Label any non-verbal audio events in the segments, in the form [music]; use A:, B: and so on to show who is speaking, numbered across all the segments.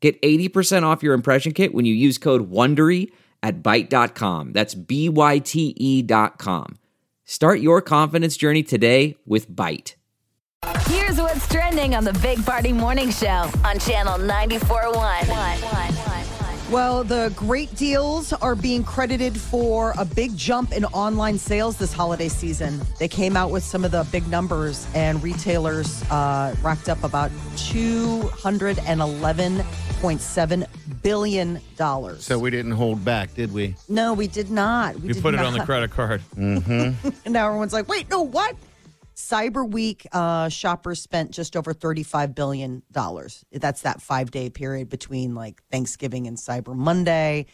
A: Get 80% off your impression kit when you use code WONDERY at Byte.com. That's B-Y-T-E E dot com. Start your confidence journey today with Byte.
B: Here's what's trending on the Big Party Morning Show on Channel 94.1.
C: Well, the great deals are being credited for a big jump in online sales this holiday season. They came out with some of the big numbers, and retailers uh, racked up about $211.7 billion.
D: So we didn't hold back, did we?
C: No, we did not. We,
E: You
C: did
E: put it
C: not.
E: on the credit card.
C: And now everyone's like, wait, no, what? Cyber Week uh, shoppers spent just over $35 billion. That's that five day period between like Thanksgiving and Cyber Monday.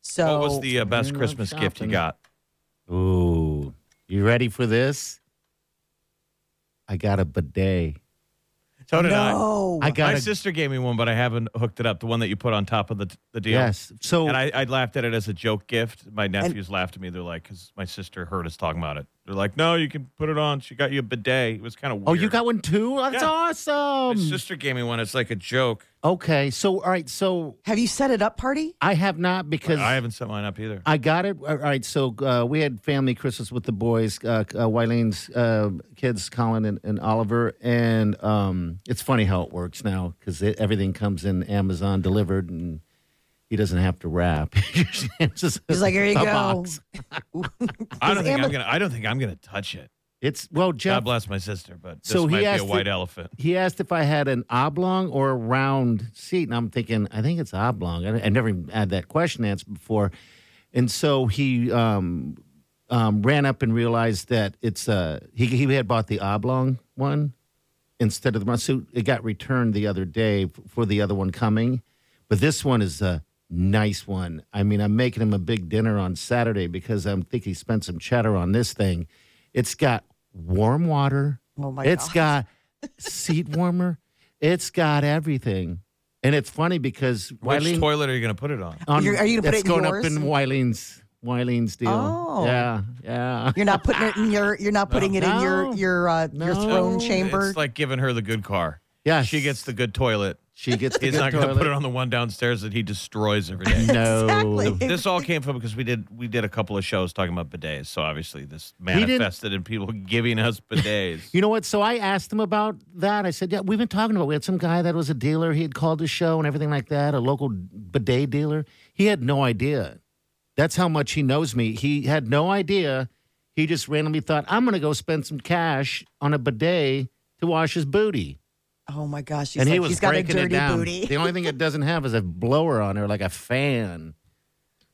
C: So
E: What was the uh, best Christmas gift you got?
D: Ooh. You ready for this? I got a bidet.
E: So did
C: no.
D: Oh, I
E: I.
D: got
E: My
D: a,
E: sister gave me one, but I haven't hooked it up. The one that you put on top of the the deal.
D: Yes. So
E: And I, I laughed at it as a joke gift. My nephews laughed at me. They're like, because my sister heard us talking about it. They're like, no, you can put it on. She got you a bidet. It was kind of weird.
D: Oh, you got one too? That's
E: Yeah. My
D: awesome.
E: sister gave me one. It's like a joke.
D: okay. So all right, so
C: Have you set it up, party?
D: I have not because
E: I haven't set mine up either.
D: I got it. All right, so uh, we had family Christmas with the boys, uh, uh, Wylene's uh, kids, Colin and, and Oliver, and um, it's funny how it works now because everything comes in Amazon delivered, and he doesn't have to wrap. [laughs] It's just
C: He's like, here you go.
D: a box.
E: I don't think
C: Ama-
E: I'm gonna. I don't think I'm gonna touch it.
D: It's well,
E: God
D: Jeff.
E: bless my sister, but this
D: So he
E: might be a
D: asked
E: white
D: it-
E: elephant.
D: He asked if I had an oblong or a round seat, and I'm thinking, I think it's oblong. I, I never even had that question answered before, and so he um, um, ran up and realized that it's uh, he he had bought the oblong one instead of the round. So it got returned the other day f- for the other one coming, but this one is a nice one. I mean, I'm making him a big dinner on Saturday because I'm think he spent some cheddar on this thing. It's got warm water.
C: Oh, my
D: It's
C: God. [laughs]
D: got seat warmer. It's got everything. And it's funny because
E: Which
D: Wileen-
E: toilet are you gonna put it on?
D: on-
C: You're- are you gonna put
D: it's
C: it in
D: going
C: yours?
D: up in Wileen's Wileen's deal.
C: Oh.
D: Yeah, yeah.
C: You're not putting it in your. You're not putting it in your
D: No.
C: your uh, your
D: No.
C: throne
D: No.
C: chamber.
E: It's like giving her the good car.
D: Yes.
E: She gets the good toilet.
D: She gets. The
E: He's
D: good
E: not
D: toilet.
E: gonna put it on the one downstairs that he destroys every day.
D: [laughs] No.
C: Exactly.
E: this all came from because we did we did a couple of shows talking about bidets. So obviously this
D: didn't-
E: manifested in people giving us bidets.
D: [laughs] You know what? So I asked him about that. I said, "Yeah, we've been talking about. We had some guy that was a dealer. He had called his show and everything like that. A local bidet dealer. He had no idea. That's how much he knows me. He had no idea. He just randomly thought, I'm going to go spend some cash on a bidet to wash his booty.
C: oh my gosh! He's
D: and
C: like,
D: he was
C: he's got a
D: breaking
C: dirty
D: it down.
C: booty.
D: The only thing it doesn't have is a blower on it, or like a fan.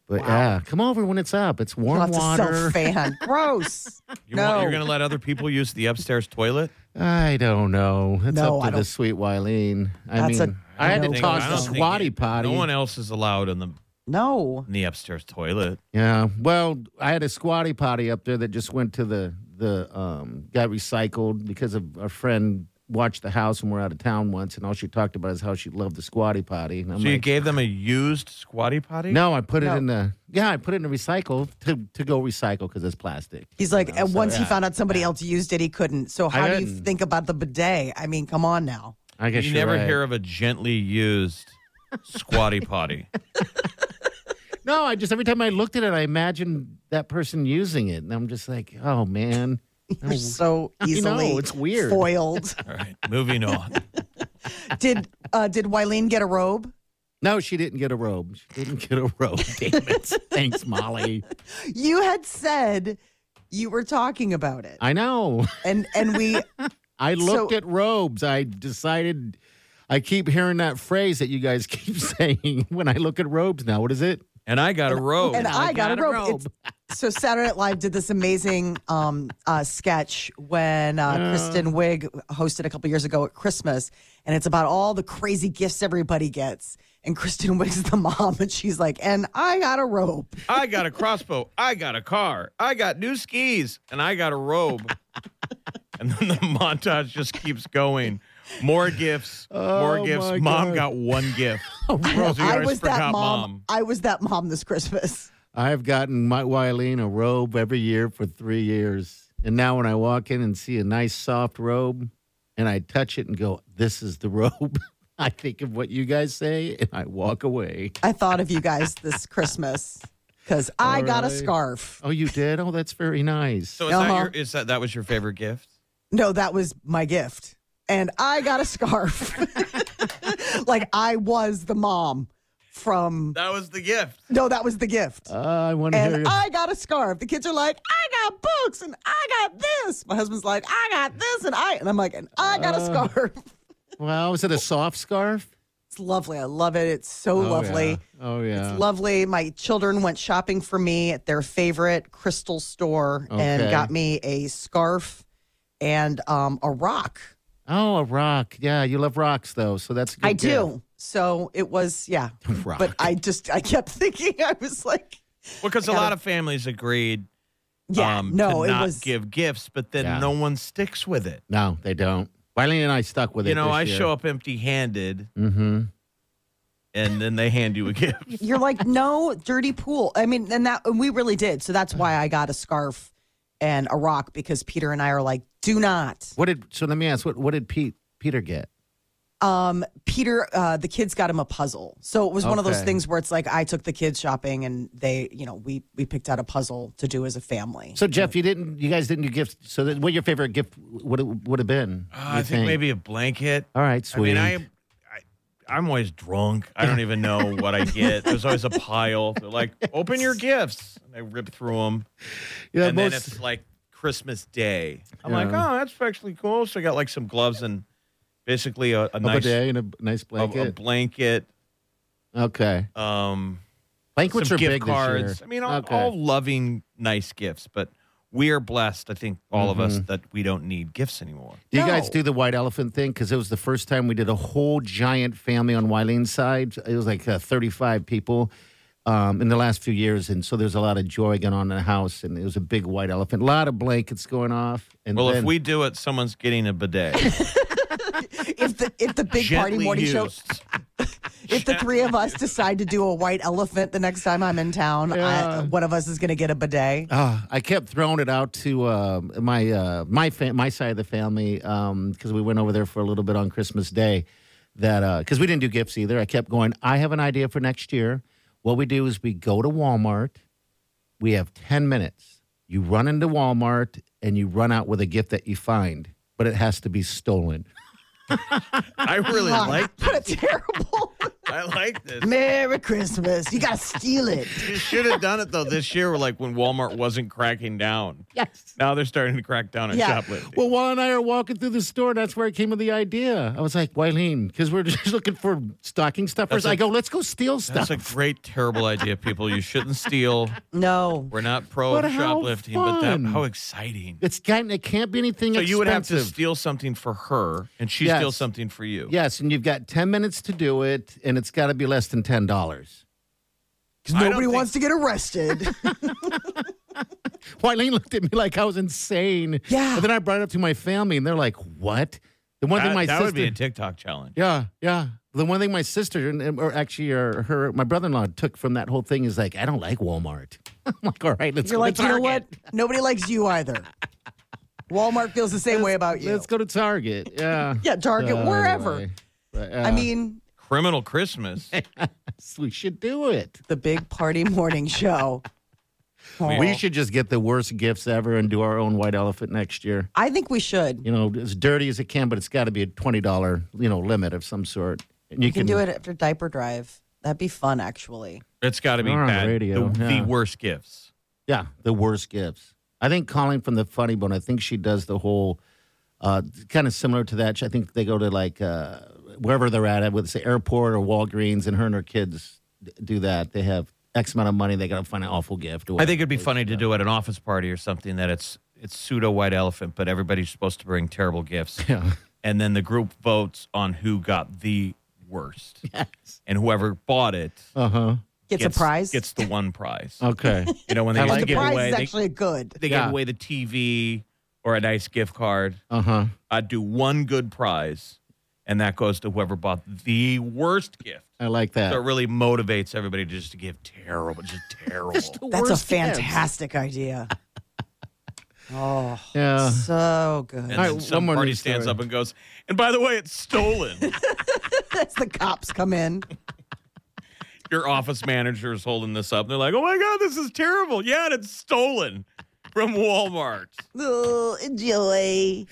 D: But yeah, come over when it's up. It's warm
C: [laughs] He'll have to
D: water.
C: self fan.
D: [laughs]
C: Gross.
E: You
C: no.
E: are gonna let other people use the
D: [laughs]
E: upstairs toilet?
D: I don't know. It's
C: No,
D: up
C: I
D: to
C: don't-
D: the sweet Wileen. I
C: That's a-
D: mean, I had
C: no
D: to
C: Think-
D: toss
C: I
D: the
C: don't
E: think
D: squatty
E: it-
D: potty.
E: No one else is allowed in the
C: no.
E: in the upstairs toilet.
D: yeah. Well, I had a squatty potty up there that just went to the the um, got recycled because of a friend watched the house when we we're out of town once, and all she talked about is how she loved the squatty potty. And I'm
E: So you
D: like,
E: gave them a used squatty potty?
D: no, I put it
C: No.
D: in the yeah, I put it in the recycle to to go recycle because it's plastic.
C: He's like, and once he
D: yeah,
C: found out somebody else used it, he couldn't. So how do you
D: couldn't.
C: think about the bidet? I mean, come on now. [laughs]
D: I guess
E: You
D: you're
E: never
D: right.
E: hear of a gently used
D: [laughs]
E: squatty potty.
D: No, I just every time I looked at it, I imagined that person using it, and I'm just like, oh man.
C: You're
D: [laughs]
C: so easily
D: know, it's weird. [laughs]
C: foiled.
E: All right, moving on.
C: did uh, did Wileen get a robe?
D: No, she didn't get a robe. She didn't get a robe. [laughs] Damn it. Thanks, Molly.
C: You had said you were talking about it,
D: I know.
C: and and we
D: I looked
C: So-
D: at robes. I decided. I keep hearing that phrase that you guys keep [laughs] saying when I look at robes now. What is it?
E: [laughs] And I got a robe.
C: and I, got, a robe. It's- so Saturday Night Live did this amazing um, uh, sketch when uh, Kristen Wiig hosted a couple years ago at Christmas, and it's about all the crazy gifts everybody gets. And Kristen [laughs] Wiig's the mom, and she's like, "And I got a rope."
E: I got a crossbow. I got a car. I got new skis, and I got
C: [laughs]
E: a robe. and then the montage just keeps going. More gifts. more
D: Oh,
E: gifts.
D: my
E: Mom
D: God.
E: got one
C: [laughs]
E: gift. Rosie
C: I
E: always
C: was
E: forgot
C: that mom. I was that mom this Christmas.
D: I've gotten my Wileen a robe every year for three years. And now when I walk in and see a nice soft robe and I touch it and go, this is the robe, [laughs] I think of what you guys say and I walk away.
C: I thought of you guys this Christmas because I got a
D: Alright.
C: scarf.
D: Oh, you did? Oh, that's very nice.
E: So is that
C: Uh-huh.
E: your is that that was your favorite gift?
C: No, that was my gift. And I got a scarf. [laughs] like I was the mom from
E: That was the gift.
C: No, that was the gift.
D: Uh, I want to hear
C: and
D: your
C: I got a scarf. The kids are like, I got books and I got this. My husband's like, I got this and I and I'm like, and I got a
D: Uh.
C: scarf. [laughs]
D: Well, is it a soft scarf?
C: It's lovely. I love it. It's so lovely.
D: Oh, yeah.
C: It's lovely. My children went shopping for me at their favorite crystal store and
D: Okay.
C: got me a scarf and um, a rock.
D: oh, a rock. Yeah, you love rocks, though. So that's a good
C: I do. So it was,
E: [laughs]
C: yeah.
D: gift. Rock.
C: But I just, I kept [laughs] thinking, I was like,
E: Well, because a lot of families agreed
C: yeah,
E: um,
C: no,
E: to
C: it
E: not
C: was.
E: give gifts, but then
D: Yeah.
E: no one sticks with it.
D: no, they don't. Wileen and I stuck with it.
E: You know, I show up empty-handed,
D: Mm-hmm.
E: and then they hand you
C: [laughs]
E: a gift. Uh,
C: you're like, no, dirty pool. I mean, and that, and we really did. So that's why I got a scarf and a rock because Peter and I are like, do not.
D: What did? So let me ask. What What did Pete Peter get?
C: Um, Peter, uh, the kids got him a puzzle. So it was one of those
D: Okay.
C: things where it's like I took the kids shopping and they, you know, we we picked out a puzzle to do as a family.
D: So Jeff, you didn't. You guys didn't do gifts. So that, what your favorite gift would would have been?
E: Uh,
D: you
E: I think maybe a blanket.
D: All right, sweet.
E: I mean, I, I, I'm always drunk. I don't even know what I get. There's always a pile. They're like, open your gifts. And I rip through them.
D: yeah,
E: and
D: most,
E: then it's like Christmas Day. I'm like,
D: Yeah.
E: oh, that's actually cool. So I got like some gloves and basically a, a
D: of
E: nice
D: a day and a b- nice
E: a- a
D: blanket.
E: blanket,
D: okay,
E: um,
D: blankets
E: some
D: are
E: gift
D: big
E: cards.
D: this
E: I
D: year.
E: mean, all,
D: Okay.
E: all loving, nice gifts. But we are blessed, I think, all of us,
D: Mhm.
E: that we don't need gifts anymore.
D: do you
C: No.
D: guys do the white elephant thing? Because it was the first time we did a whole giant family on Wileen's side. It was like uh, thirty five people. Um, in the last few years, and so there's a lot of joy going on in the house, and it was a big white elephant, a lot of blankets going off. And
E: Well, if
D: then-
E: we do it, someone's getting
C: [laughs]
E: a bidet.
C: If the if the big
E: Gently
C: party morning
E: used.
C: show, if the three of us decide to do a white elephant the next time I'm in town, I,
D: Yeah.
C: one of us is going to get a bidet.
D: Uh, I kept throwing it out to uh, my uh, my fa- my side of the family because we went over there for a little bit on Christmas Day. That because we didn't do gifts either. I kept going. I have an idea for next year. What we do is we go to Walmart. We have ten minutes. You run into Walmart and you run out with a gift that you find, but it has to be
E: [laughs]
D: stolen.
E: I really like.
C: what a terrible
E: I like this.
C: [laughs] Merry Christmas! You got to steal it.
E: You should have done it though this year, like when Walmart wasn't cracking down.
D: Yes.
E: Now they're starting to crack down on
C: Yeah.
E: shoplifting.
D: Well, Juan and I are walking through the store. That's where I came with the idea. I was like, Wileen, because we're [laughs] just looking for stocking stuffers.
E: That's
D: I
E: a-
D: go, let's go steal stuff.
E: That's a great, terrible idea, people. You shouldn't steal.
C: No,
E: We're not pro
D: But how
E: shoplifting, but that
D: fun.
E: how exciting.
D: It's gotten. It can't be anything.
E: So
D: expensive.
E: you would have to steal something for her, and she
D: Yes.
E: steals something for you.
D: Yes, and you've got ten minutes to do it, and it's got to be less than ten dollars.
E: I
C: because
E: don't
C: nobody
E: think-
C: wants to get [laughs] arrested.
D: Wileen [laughs] looked at me like I was insane.
C: Yeah.
D: And then I brought it up to my family, and they're like, "What?" The one
E: That,
D: thing my
E: that
D: sister.
E: would be a TikTok challenge.
D: yeah, yeah. The one thing my sister, and- and- or actually, or her, my brother-in-law took from that whole thing is like, I don't like Walmart. [laughs] I'm like, all right, let's
C: You're
D: go
C: like,
D: to
C: you know
D: Target.
C: what? Nobody likes you either. Walmart feels the same way about you. Uh,
D: Let's go to Target. Yeah.
C: [laughs] Yeah, Target, wherever.
D: Anyway, but,
C: I
D: uh,
C: mean,
E: Criminal Christmas.
D: we should do it.
C: the big party morning show. Oh.
D: We should just get the worst gifts ever and do our own white elephant next year.
C: I think we should.
D: you know, as dirty as it can, but it's got to be a twenty dollar, you know, limit of some sort. And you
C: We can do it after diaper drive. That'd be fun, actually.
E: It's got to be
D: We're on the
E: bad.
D: radio,
E: the,
D: yeah.
E: the worst gifts.
D: Yeah, the worst gifts. I think Colleen from the Funny Bone. I think she does the whole, uh, kind of similar to that. I think they go to like uh, wherever they're at, whether it's the airport or Walgreens, and her and her kids d- do that. They have X amount of money. They got to find an awful gift. Or
E: I think it'd be funny to do at an office party or something that it's it's pseudo white elephant,
D: [laughs]
E: but everybody's supposed to bring terrible gifts.
D: Yeah.
E: And then the group votes on who got the
D: [laughs]
E: worst. And whoever bought it
D: Uh huh.
C: Gets, a prize.
E: Gets the one prize.
D: [laughs]
E: [laughs]
D: Okay.
E: You know when they
D: I
E: used
D: like
E: to
C: the
D: it.
E: give
C: prize
E: away
C: is
E: they,
C: actually good.
E: they
D: Yeah.
E: gave away the TV or a nice gift card.
D: Uh huh.
E: I'd do one good prize, and that goes to whoever bought the worst gift.
D: I like that.
E: So it really motivates everybody just to give
D: [laughs]
E: terrible, just terrible.
C: That's a
D: Worst gift.
C: fantastic idea. [laughs] Oh,
D: Yeah.
C: so good.
E: and
D: All
E: then
D: right, one
E: some
D: more
E: party
D: news
E: stands
D: story.
E: up and goes, and by the way, it's stolen.
C: [laughs]
E: [laughs]
C: As the cops come in,
E: Your office manager is holding this up. And they're like, oh my God, this is terrible. Yeah, and it's stolen from Walmart.
C: oh, enjoy.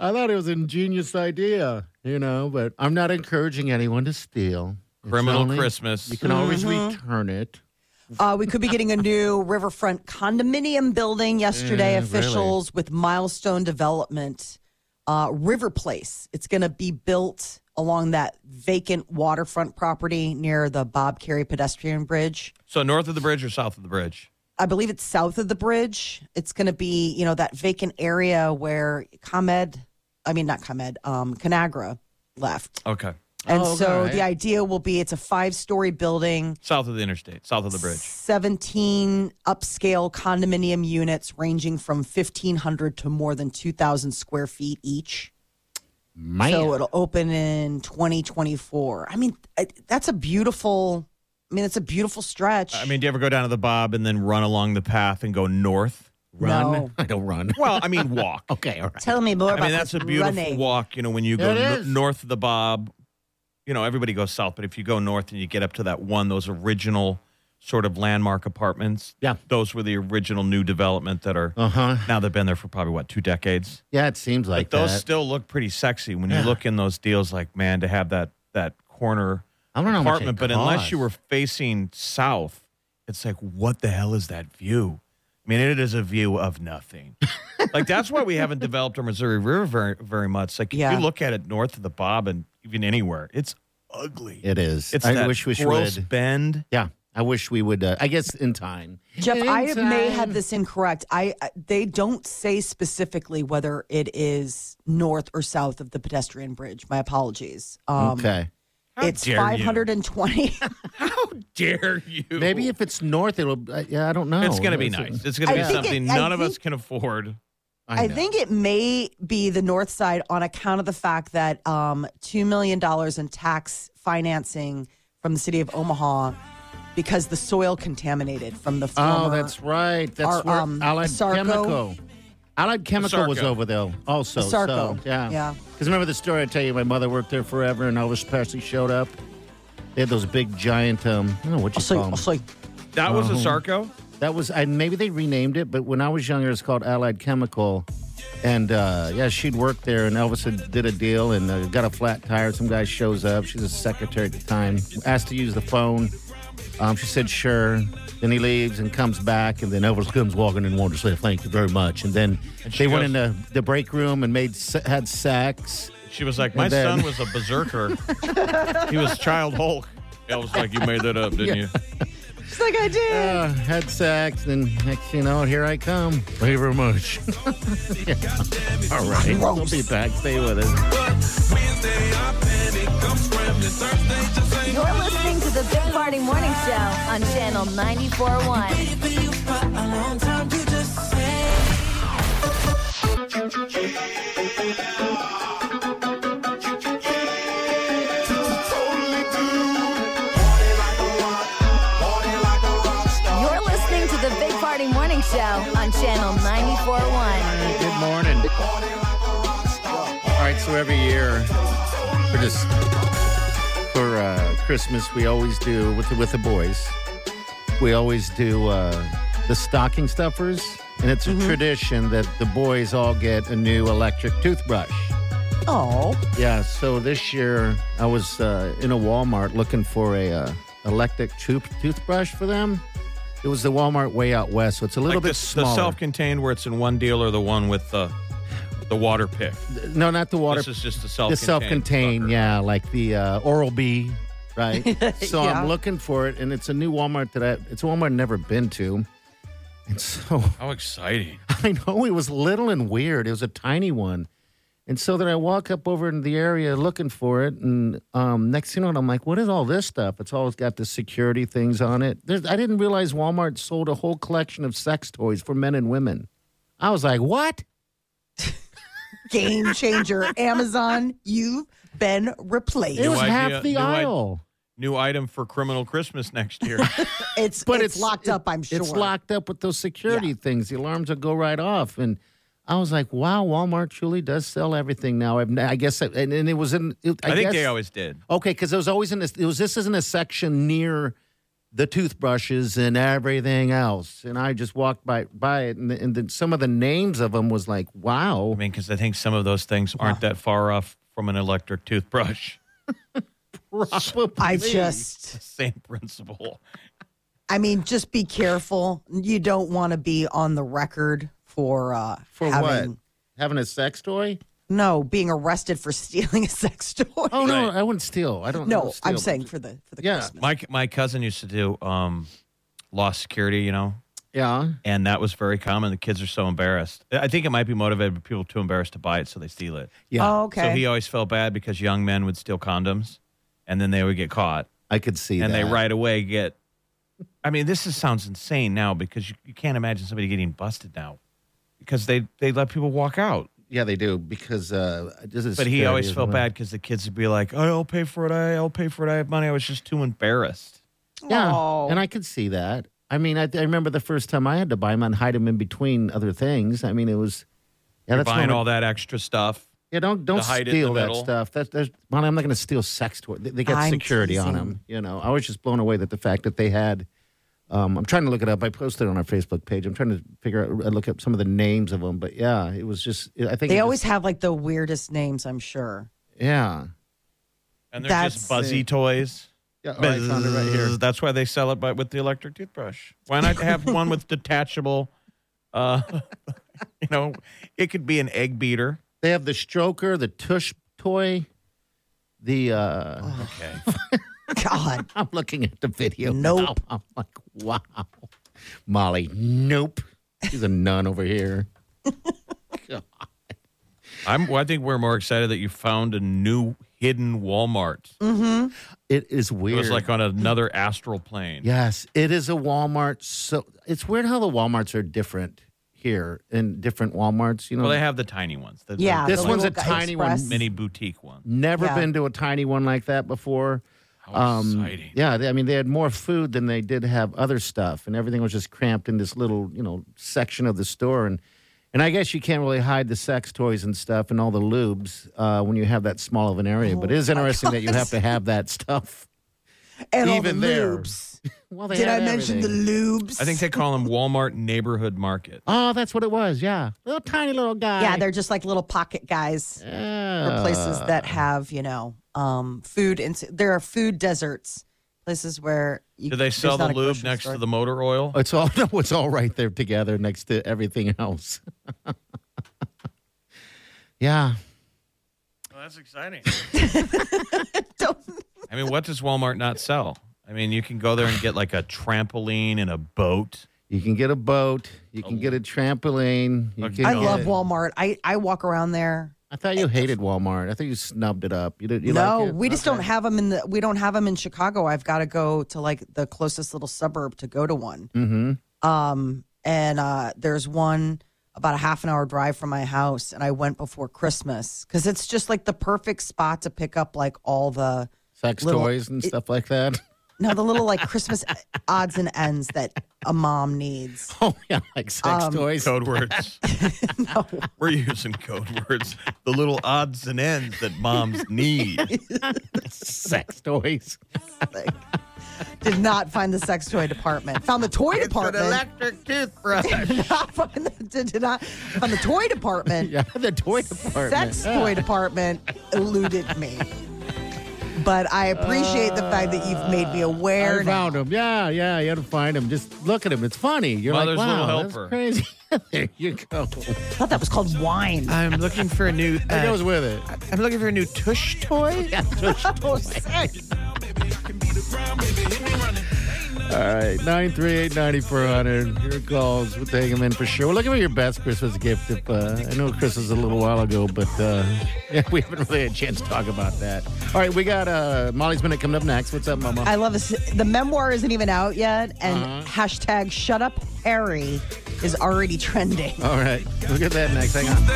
D: I thought it was an ingenious idea, you know, but I'm not encouraging anyone to steal. It's
E: Criminal
D: only-
E: Christmas.
D: You can always
C: Mm-hmm.
D: return it.
C: Uh, we could be getting a new riverfront condominium building yesterday.
D: Yeah,
C: officials with milestone development, uh, River Place. It's going to be built along that vacant waterfront property near the Bob Carey pedestrian bridge.
E: So north of the bridge or south of the bridge?
C: I believe it's south of the bridge. It's going to be, you know, that vacant area where ComEd, I mean, not ComEd, um, Conagra left.
E: Okay.
C: And
D: Oh, okay,
C: so
D: all right.
C: the idea will be it's a five story building.
E: South of the interstate, south of the bridge.
C: 17 upscale condominium units ranging from 1,500 to more than 2,000 square feet each.
D: Man.
C: So it'll open in 2024. I mean, I- that's a beautiful, I mean, it's a beautiful stretch.
E: I mean, do you ever go down to the Bob and then run along the path and go north?
D: run.
C: no.
D: [laughs] I don't run. [laughs]
E: Well, I mean, walk.
D: okay, all right.
C: tell me more
E: I
C: about
E: mean, that's a
C: this
E: beautiful
C: running.
E: walk. You know, when you go
D: It
E: no-
D: is.
E: north of the Bob, you know, everybody goes south, but if you go north and you get up to that one, those original sort of landmark apartments,
D: Yeah.
E: those were the original new development that are
D: Uh huh.
E: now they've been there for probably what two decades.
D: Yeah, it seems like
E: Uh-huh. but those
D: that.
E: still look pretty sexy when you look in those deals. Like, man, to have that that corner
D: I don't know how much it
E: apartment, but unless you were
D: costs.
E: facing south, it's like, what the hell is that view? I mean, it is a view
D: [laughs]
E: of nothing. like that's why we haven't developed our Missouri River very, very much. Like if
C: Yeah.
E: you look at it north of the Bob and even anywhere, it's ugly.
D: It is.
E: It's
D: I
E: that
D: wish we
E: gross
D: would.
E: bend.
D: Yeah, I wish we would. Uh, I guess in time.
C: Jeff,
D: In
C: I may have
D: time.
C: this incorrect. I I- they don't say specifically whether it is north or south of the pedestrian bridge. My apologies. Um,
D: okay.
E: How
C: It's
E: dare you.
C: 520.
E: How dare you?
D: Maybe if it's north, it'll. Uh, yeah, I don't know.
E: it's going to be
D: It's-
E: nice. It's going to
C: I
E: be
C: think it-
E: something
C: I
E: none of
C: think-
E: us can afford.
D: [laughs] I,
C: I
D: know.
C: think it may be the north side on account of the fact that um, $2 million in tax financing from the city of Omaha because the soil contaminated from the former.
D: Oh, that's right.
C: our,
D: That's where
C: um,
D: Allied
C: Sarco.
D: Chemical. Allied Chemical was
E: Sarco.
D: over there also.
C: Sarco,
D: So, yeah.
C: yeah.
D: Because remember the story I tell you, my mother worked there forever, and Elvis Presley showed up. They had those big giant. Um, I don't know what
C: Oh,
D: you
C: So,
D: call them.
C: so-
E: That was a
D: Uh-huh.
E: Sarco.
D: That was, and maybe they renamed it, but when I was younger, it was called Allied Chemical. And uh, yeah, she'd worked there, and Elvis had, did a deal and uh, got a flat tire. Some guy shows up. She's a secretary at the time, asked to use the phone. Um, she said, sure. Then he leaves and comes back, and then Elvis comes walking in, wanted to say thank you very much. And then
E: she
D: they went
E: goes-
D: in the, the break room and made se- had sex.
E: She was like, "My
D: And then-
E: son was a berserker.
D: [laughs]
E: he was Child Hulk." I was like, "You made that up, didn't you?"
C: she's like, I did.
D: Uh, had sex, and next thing you know, here I come. Thank you very much. [laughs] Yeah. All right, we'll be back. Stay with us.
B: You're listening to the Big Party Morning Show on Channel 94.1. You're listening to the Big Party Morning Show on Channel 94.1.
D: Good morning. All right, so every year for just for uh, Christmas, we always do with the, with the boys. We always do uh, the stocking stuffers, and it's a
E: Mm-hmm.
D: tradition that the boys all get a new electric toothbrush.
C: Oh,
D: Yeah, so this year I was uh, in a Walmart looking for a uh, electric tooth- toothbrush for them. It was the Walmart way out west, so it's a little
E: Like
D: bit
E: the,
D: smaller.
E: the self-contained, where it's in one deal, or the one with the the water pick.
D: no, not the water.
E: this is just the self-contained.
D: the self-contained,
E: sucker.
D: yeah, like the uh, Oral B,
E: [laughs]
D: right? so
C: Yeah.
D: I'm looking for it, and it's a new Walmart that I it's a Walmart I've never been to, and [laughs] so
E: How exciting!
D: I know it was little and weird. It was a tiny one, And so then I walk up over in the area looking for it, and um, next thing you know, I'm like, "What is all this stuff? It's all got the security things on it." There's, I didn't realize Walmart sold a whole collection of sex toys for men and women. I was like, "What?"
C: Game changer. Amazon, you've been replaced.
D: It was
E: idea-
D: half the
E: new idea.
D: aisle.
E: New item for criminal Christmas next
D: [laughs]
E: year.
C: It's,
D: but
C: it's, locked
D: it-
C: up, I'm sure.
D: It's locked up with those security things. The alarms will go right off. And I was like, wow, Walmart truly does sell everything now. I've, I guess, and, and it was in, it, I,
E: I, think
D: guess,
E: they always did.
D: Okay, because it was always in this, it was, this isn't a section near the toothbrushes and everything else. And I just walked by, by it, and, and then some of the names of them was like, wow.
E: [laughs]
D: [laughs]
E: I mean, because I think some of those things aren't that far off from an electric toothbrush. [laughs]
D: probably.
C: I just.
E: Same principle.
C: I mean, just be careful. You don't want to be on the record for uh
D: For
C: having,
D: what? Having a sex toy?
C: No, being arrested for [laughs] stealing a sex toy.
D: Oh, no,
E: Right.
D: I wouldn't steal. I don't
C: no,
D: steal,
C: I'm
D: but-
C: saying for the for the
D: Yeah.
C: Christmas.
E: My my cousin used to do um, lost security, you know,
D: Yeah.
E: and that was very common. The kids are so embarrassed. I think it might be motivated by people too embarrassed to buy it, so they steal it.
D: Yeah.
C: Oh, okay.
E: So he always felt bad because young men would steal condoms, and then they would get caught,
D: I could see
E: and
D: that.
E: they right away get. I mean, this is, sounds insane now because you, you can't imagine somebody getting busted now, because they they let people walk out.
D: Yeah, they do because uh, this is.
E: But he always
D: scary,
E: felt
D: isn't it?
E: bad because the kids would be like, oh, "I'll pay for it. I, I'll pay for it. I have money." I was just too embarrassed.
D: Yeah,
C: Oh.
D: and I could see that. I mean, I, I remember the first time I had to buy them and hide them in between other things. I mean, it was. Yeah,
E: You're
D: that's
E: buying
D: not-
E: all that extra stuff.
D: Yeah, don't don't
E: to hide it in
D: steal
E: the
D: that
E: middle.
D: stuff. That's that's. Bonnie, I'm not going to steal sex toys. They, they got
C: I'm
D: security on 'em. on
C: teasing.
D: them. You know, I was just blown away that the fact that they had. Um, I'm trying to look it up. I posted it on our Facebook page. I'm trying to figure out, I look up some of the names of them. But yeah, it was just. I think
C: they
D: it
C: always
D: Just,
C: have like the weirdest names, I'm sure.
D: yeah.
E: And they're
C: That's-
E: just buzzy toys.
D: Yeah, all right, I found it right here.
E: That's why they sell it by, with the electric toothbrush. Why
C: [laughs]
E: not have one with detachable? Uh, [laughs] you know, it could be an egg beater.
D: They have the stroker, the tush toy, the. uh
E: Okay. [laughs]
C: God.
D: I'm looking at the video.
C: Nope.
D: now. [laughs] I'm like, wow. Molly, nope. She's a nun over here.
E: I'm. Well, I think we're more excited that you found a new hidden Walmart.
D: It is
E: It
D: weird.
E: was like on another astral plane.
D: yes, it is a Walmart. So it's weird how the Walmarts are different here in different Walmarts. You know,
E: Well, they have the tiny ones. The- the-
C: Yeah.
D: This
C: the
D: one's a
C: little guy
D: tiny one,
C: express.
E: mini boutique one.
D: never
C: Yeah.
D: been to a tiny one like that before.
E: How
C: Um,
E: exciting!
D: Yeah, they, I mean, they had more food than they did have other stuff, and everything was just cramped in this little, you know, section of the store. And and I guess you can't really hide the sex toys and stuff and all the lubes uh, when you have that small of an area. but it is interesting that you have to have that stuff.
C: And
D: Even
C: all the
D: there.
C: lubes.
D: Well, they
C: Did I
D: had
C: mention the
D: everything.
C: lubes?
E: I think they call them Walmart Neighborhood Market.
D: Oh, that's what it was. Yeah, little tiny little guy.
C: Yeah, they're just like little pocket guys.
D: yeah.
C: or places
D: Uh.
C: that have you know um, food and there are food deserts places where you,
E: Do they
C: there's
E: sell the
C: not a
E: lube
C: grocery
E: next
C: store.
E: to the motor oil?
D: It's all [laughs] no, it's all right there together next to everything else. [laughs] yeah.
E: that's exciting.
C: [laughs] Don't-
E: I mean, what does Walmart not sell? I mean, you can go there and get like a trampoline and a boat.
D: You can get a boat. You can get a trampoline. You
E: Okay.
D: can
C: Oh. i
D: get-
C: love walmart I, I walk around there
D: I thought you hated Walmart. I thought you snubbed it up. You didn't. You
C: no
D: like it?
C: we just
D: Okay.
C: don't have them in the we don't have them in chicago i've got to go to like the closest little suburb to go to one
D: Mhm.
C: um, and uh, there's one about a half an hour drive from my house and i went before christmas because it's just like the perfect spot to pick up like all the
D: Sex
C: Little-
D: toys and stuff like that. [laughs]
C: No, the little like Christmas odds and ends that a mom needs.
D: Oh yeah, like sex
C: Um,
D: toys.
E: Code [laughs] words. We're using code words. The little odds and ends that moms need.
D: sex toys.
C: Like, did not find the sex toy department. Found the toy department.
E: electric toothbrush.
C: [laughs] Did not find the, did, did not found the toy department.
D: Yeah, the toy department.
C: Sex
D: Yeah.
C: toy department eluded me. But I appreciate the fact that you've made me aware.
D: Uh, I
C: now.
D: found him. Yeah, yeah. You had to find him. Just look at him. It's funny. You're
E: Mother's
D: like, wow,
E: Little
D: that's
E: Helper.
D: crazy. [laughs] there you go.
C: I thought that was called wine.
E: I'm looking for a new.
D: That goes with it.
E: I'm looking for a new
D: [laughs]
E: tush [laughs] toy.
C: Oh, sex.
D: All right, 938 9400. Here it calls. We'll take them in for sure. We're looking for your best Christmas gift. If uh, I know Chris was a little while ago, but uh, [laughs] yeah, we haven't really had a chance to talk about that. All right, we got uh, Molly's Minute coming up next. What's up, Mama?
C: I love this. The memoir isn't even out yet, and
D: Uh-huh.
C: hashtag shut up Harry is already trending.
D: All right, we'll get that next. Hang on.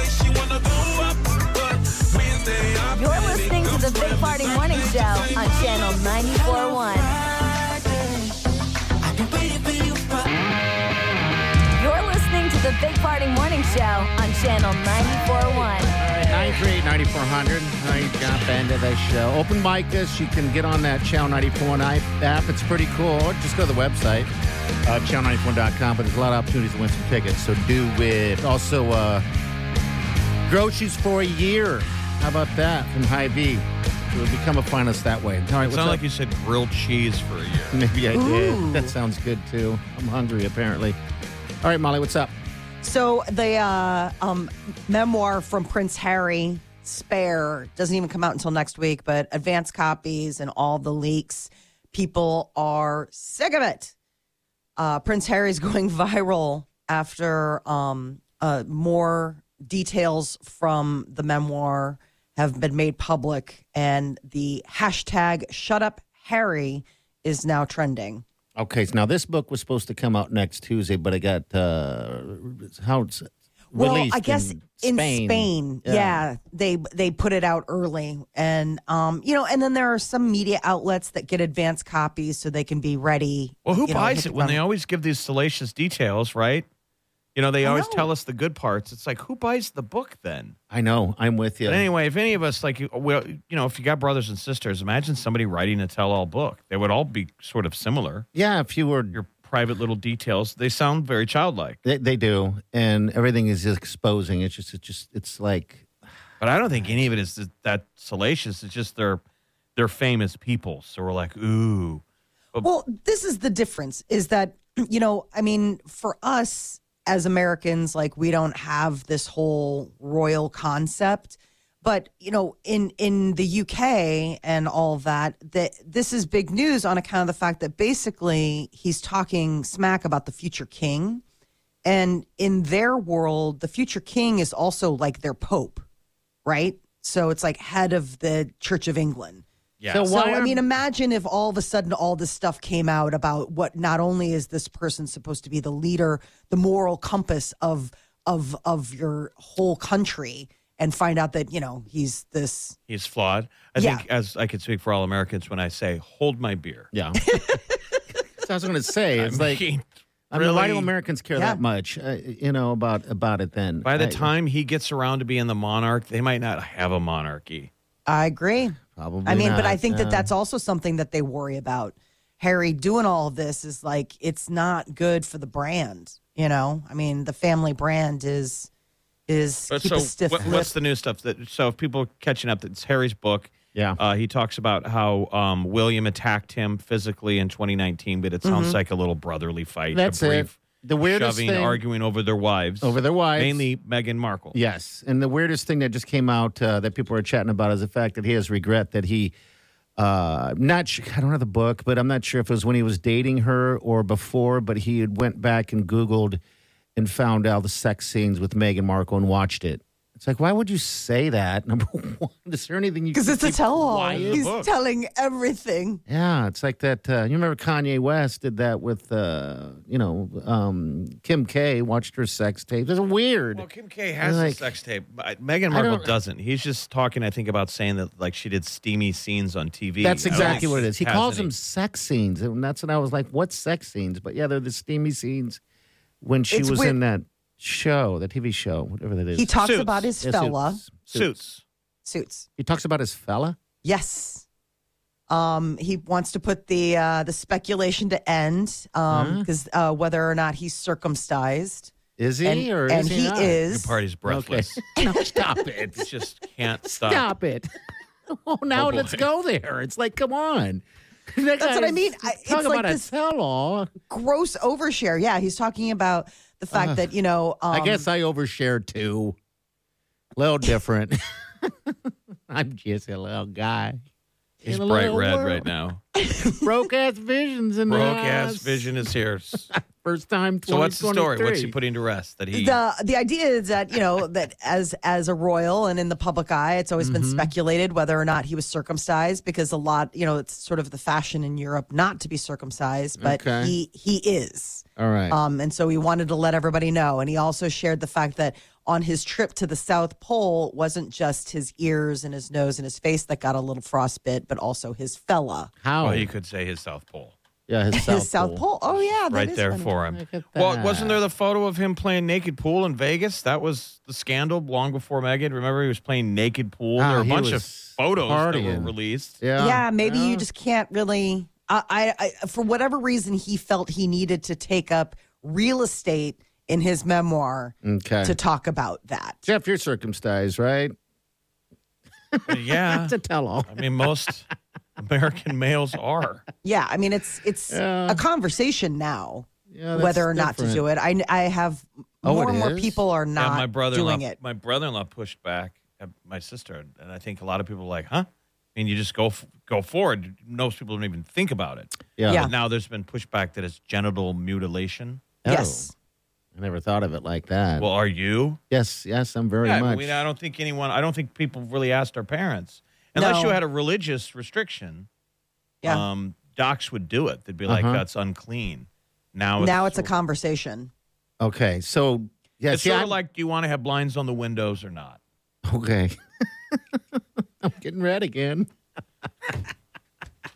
B: You're listening to the Big Party Morning Show on Channel 94.1. You're listening to the Big Party Morning Show on Channel 94.1.
D: All right, 938 9400. Now you jump into the show. Open mic us. You can get on that Channel 94 app. It's pretty cool. Or just go to the website, uh, channel94.com. But there's a lot of opportunities to win some tickets. So do it. Also, uh, groceries for a year. How about that from High V? You'll become a finalist that way. All right, what's
E: It's not
D: up?
E: like you said grilled cheese for a year.
D: [laughs] Maybe I did. That sounds good too. I'm hungry apparently. All right, Molly, what's up?
C: So the uh, um, memoir from Prince Harry, Spare, doesn't even come out until next week, but advance copies and all the leaks. People are sick of it. Uh, Prince Harry's [laughs] going viral after um, uh, more details from the memoir have been made public, and the hashtag Shut Up Harry is now trending.
D: Okay, so now this book was supposed to come out next Tuesday, but it got uh, how it's
C: Well,
D: released
C: I guess
D: in
C: in
D: Spain.
C: Spain, yeah. they they put it out early, and um, you know, and then there are some media outlets that get advance copies so they can be ready.
E: Well, who
C: you know, hit
E: buys
C: the
E: it when
C: ground-
E: they always give these salacious details, right? You know, they always tell us the good parts. It's like, who buys the book then?
D: I know. I'm with you.
E: But anyway, if any of us, like, you- well, you know, if you got brothers and sisters, imagine somebody writing a tell all book. They would all be sort of similar.
D: yeah, if you were,
E: Your private little details, they sound very childlike.
D: they, they do, and everything is exposing. It's just, it's just, it's like
E: But I don't think any of it is th- that salacious. It's just they're, they're famous people. So we're like, ooh.
C: Well, this is the difference: is that [clears throat] you know, I mean, for us as Americans, like we don't have this whole royal concept, but you know, in in the UK and all that, that this is big news on account of the fact that basically he's talking smack about the future king. And in their world, the future king is also like their pope, right? So it's like head of the Church of England.
E: Yeah.
D: So
C: So
D: why
C: I
D: are-
C: mean, imagine if all of a sudden all this stuff came out about what not only is this person supposed to be the leader, the moral compass of of of your whole country, and find out that you know he's this.
E: He's flawed. I
C: Yeah.
E: think, as I can speak for all Americans, when I say, hold my beer.
C: [laughs]
D: yeah. That's what I was gonna say. It's like
E: He-
D: I mean, why do
E: really-
D: Americans care
C: Yeah.
D: that much? Uh, you know about about it then.
E: By the
D: I-
E: time he gets around to being the monarch, they might not have a monarchy.
C: I agree.
D: probably.
C: I mean, but I
D: not,
C: think
D: uh,
C: that that's also something that they worry about. Harry doing all of this is like it's not good for the brand. You know, I mean, the family brand is is
E: But
C: keep
E: so,
C: a stiff
E: what-
C: lip.
E: what's
C: [laughs]
E: the new stuff that? So, if people are catching up, it's Harry's book.
D: Yeah.
E: Uh, he talks about how um, William attacked him physically in 2019, but it sounds like a little brotherly fight.
D: Mm-hmm. That's
E: a
D: it.
E: brief
D: The weirdest
E: shoving,
D: thing-
E: arguing over their wives,
D: Over their wives.
E: mainly Meghan Markle.
D: Yes, and the weirdest thing that just came out uh, that people are chatting about is the fact that he has regret that he. Uh, not sure, I don't know the book, but I'm not sure if it was when he was dating her or before. But he had went back and Googled and found out the sex scenes with Meghan Markle and watched it. It's like, why would you say that? [laughs] Number one, is there anything you?
C: because
D: can
C: it's a
D: keep
C: tell-all.
E: quiet.
C: He's
E: Look.
C: telling everything.
D: yeah, it's like that. Uh, you remember Kanye West did that with, uh, you know, um, Kim K. Watched her sex tape. It's weird.
E: Well, Kim K has
D: Like-
E: a sex tape. but Meghan
D: I
E: Markle
D: don't-
E: doesn't. He's just talking, I think, about saying that like she did steamy scenes on TV.
D: That's
E: I don't
D: exactly
E: think
D: what it is. He
E: has
D: calls
E: any-
D: them sex scenes, and that's when I was like, "What sex scenes?" But yeah, they're the steamy scenes when she
C: It's
D: was
C: weird.
D: in that show, that TV show, whatever that is.
C: He talks
E: Suits.
C: about his
D: Yeah,
C: fella
D: Suits. Suits.
E: suits.
C: suits.
D: He talks about his fella.
C: Yes. Um, he wants to put the uh, the speculation to end
D: Uh-huh.
C: um, 'cause because uh, whether or not he's circumcised,
D: Is he
C: and,
D: or is
C: and
D: he,
C: he,
D: not?
E: Your
C: is.
E: party's breathless.
D: [laughs] no, stop it!
E: It just can't stop.
D: Stop it! [laughs] Oh, now
E: Oh, boy.
D: let's go there. It's like, come on. [laughs] That's
C: what I mean. I- it's
D: Talk
C: like
D: about
C: this-
D: a tell-all.
C: Gross overshare. Yeah, he's talking about the fact that you know. Um,
D: I guess I overshare too. [laughs] A little different. I'm just a little guy.
E: He's
D: in a
E: bright
D: little
E: red
D: world.
E: right now.
D: Broke ass visions in the
E: Broke ass
D: house.
E: vision is
D: [laughs]
E: here. So
D: First time.
E: what's the story? What's
D: 2023.
E: he putting to rest? That he
C: the the idea is that you know that as as a royal and in the public eye, it's always
D: Mm-hmm.
C: been speculated whether or not he was circumcised because a lot you know it's sort of the fashion in Europe not to be circumcised, but
D: Okay.
C: he he is.
D: All right.
E: Uh,
C: Um, and so he wanted to let everybody know, and he also shared the fact that on his trip to the South Pole it wasn't just his ears and his nose and his face that got a little frostbit, but also his fella,
D: How?
E: well, Oh, you could say his South Pole.
D: yeah, his
C: [laughs]
D: South,
C: his South Pole. Oh yeah, that
E: right
C: is
E: there
C: funny. Oh
E: for him.
D: Look at
E: Well,
D: that.
E: wasn't there the photo of him playing naked pool in Vegas? That was the scandal long before Megan. Remember, he was playing naked pool.
D: Ah,
E: there were a
D: he
E: bunch of
D: was
E: photos that
D: partying.
E: were released.
D: Yeah.
C: yeah, maybe
D: Yeah.
C: you just can't really. I, I, I, for whatever reason, he felt he needed to take up real estate in his memoir
D: Mm. Okay.
C: to talk about that.
D: Jeff, you're circumcised, right?
E: [laughs] yeah,
D: It's a tell all.
E: I mean, most American
C: [laughs]
E: males are.
C: Yeah, I mean, it's it's
D: Yeah.
C: a conversation now
D: Yeah, that's
C: whether or not to
D: different.
C: do it. I, I have
D: Oh,
C: more
D: it
C: and more
D: is?
C: people are not
E: yeah, my brother-in-law,
C: doing it.
E: my brother-in-law pushed back at my sister, and I think a lot of people are like, huh? I mean, you just go f- go forward. Most people don't even think about it.
D: Yeah.
C: Yeah.
E: But now there's been pushback that it's genital mutilation.
D: Oh,
C: Yes,
D: I never thought of it like that.
E: Well, are you?
D: yes, yes, I'm very
E: Yeah, I mean,
D: much.
E: we- I don't think anyone. I don't think people really asked our parents, unless
C: No.
E: you had a religious restriction.
C: yeah.
E: Um, docs would do it. They'd be like,
D: Uh-huh.
E: "That's unclean." Now,
C: now it's a
E: sort-
C: conversation.
D: okay, so yes,
E: It's
D: yeah,
E: sort
D: I'm-
E: of like, do you want to have blinds on the windows or not?
D: okay. [laughs] I'm getting red again.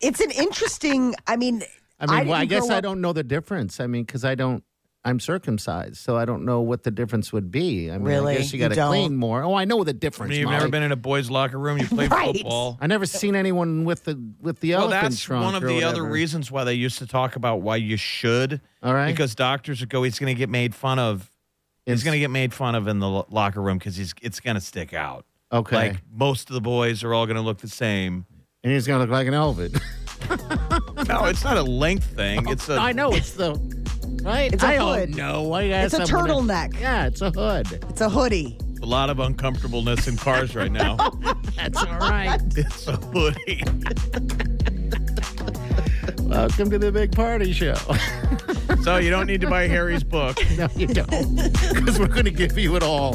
C: It's an interesting. I mean,
D: I mean, well, I
C: didn't
D: guess
C: grow
D: I
C: up-
D: don't know the difference. I mean, because I don't, I'm circumcised, so I don't know what the difference would be. I mean,
C: Really?
D: I guess you
C: You
D: got to
C: don't?
D: clean more. Oh, I know the
E: I
D: difference.
E: mean, you've
D: Molly.
E: never been in a boys' locker room. You played
C: Right.
E: football.
D: I never seen anyone with the with the
E: Well,
D: elephant
E: that's
D: trunk
E: one of
D: or
E: the other
D: whatever.
E: reasons why they used to talk about why you should.
D: All right.
E: Because doctors would go, he's going to get made fun of.
D: It's-
E: he's going to get made fun of in the lo- locker room because he's it's going to stick out.
D: Okay.
E: Like most of the boys are all going to look the same.
D: and he's gonna look like an elephant.
E: No, it's not a length thing. It's a.
D: [laughs] I know it's the right.
C: It's a
D: I
C: hood.
D: don't know. I guess
C: It's a
D: I'm gonna-
C: turtleneck.
D: yeah, it's a hood.
C: It's a hoodie.
E: A lot of uncomfortableness in cars right now.
D: That's [laughs] all right.
E: it's a hoodie.
D: Welcome to the big party show. [laughs]
E: So you don't need to buy Harry's book.
D: no, you don't, because we're gonna give you it all,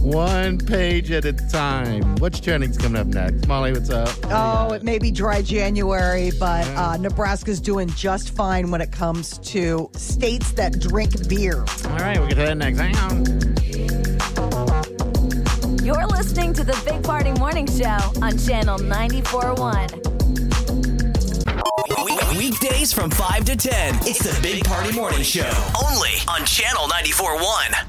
D: one page at a time. What's trending's coming up next? Molly, what's up?
C: Oh, it may be dry January, but uh, Nebraska's doing just fine when it comes to states that drink beer.
D: All right, we'll get to that next. Hang on.
B: You're listening to the Big Party Morning Show on Channel 94.1.
F: Weekdays from 5 to 10. It's the Big Party Morning Show. Only on Channel 94.1.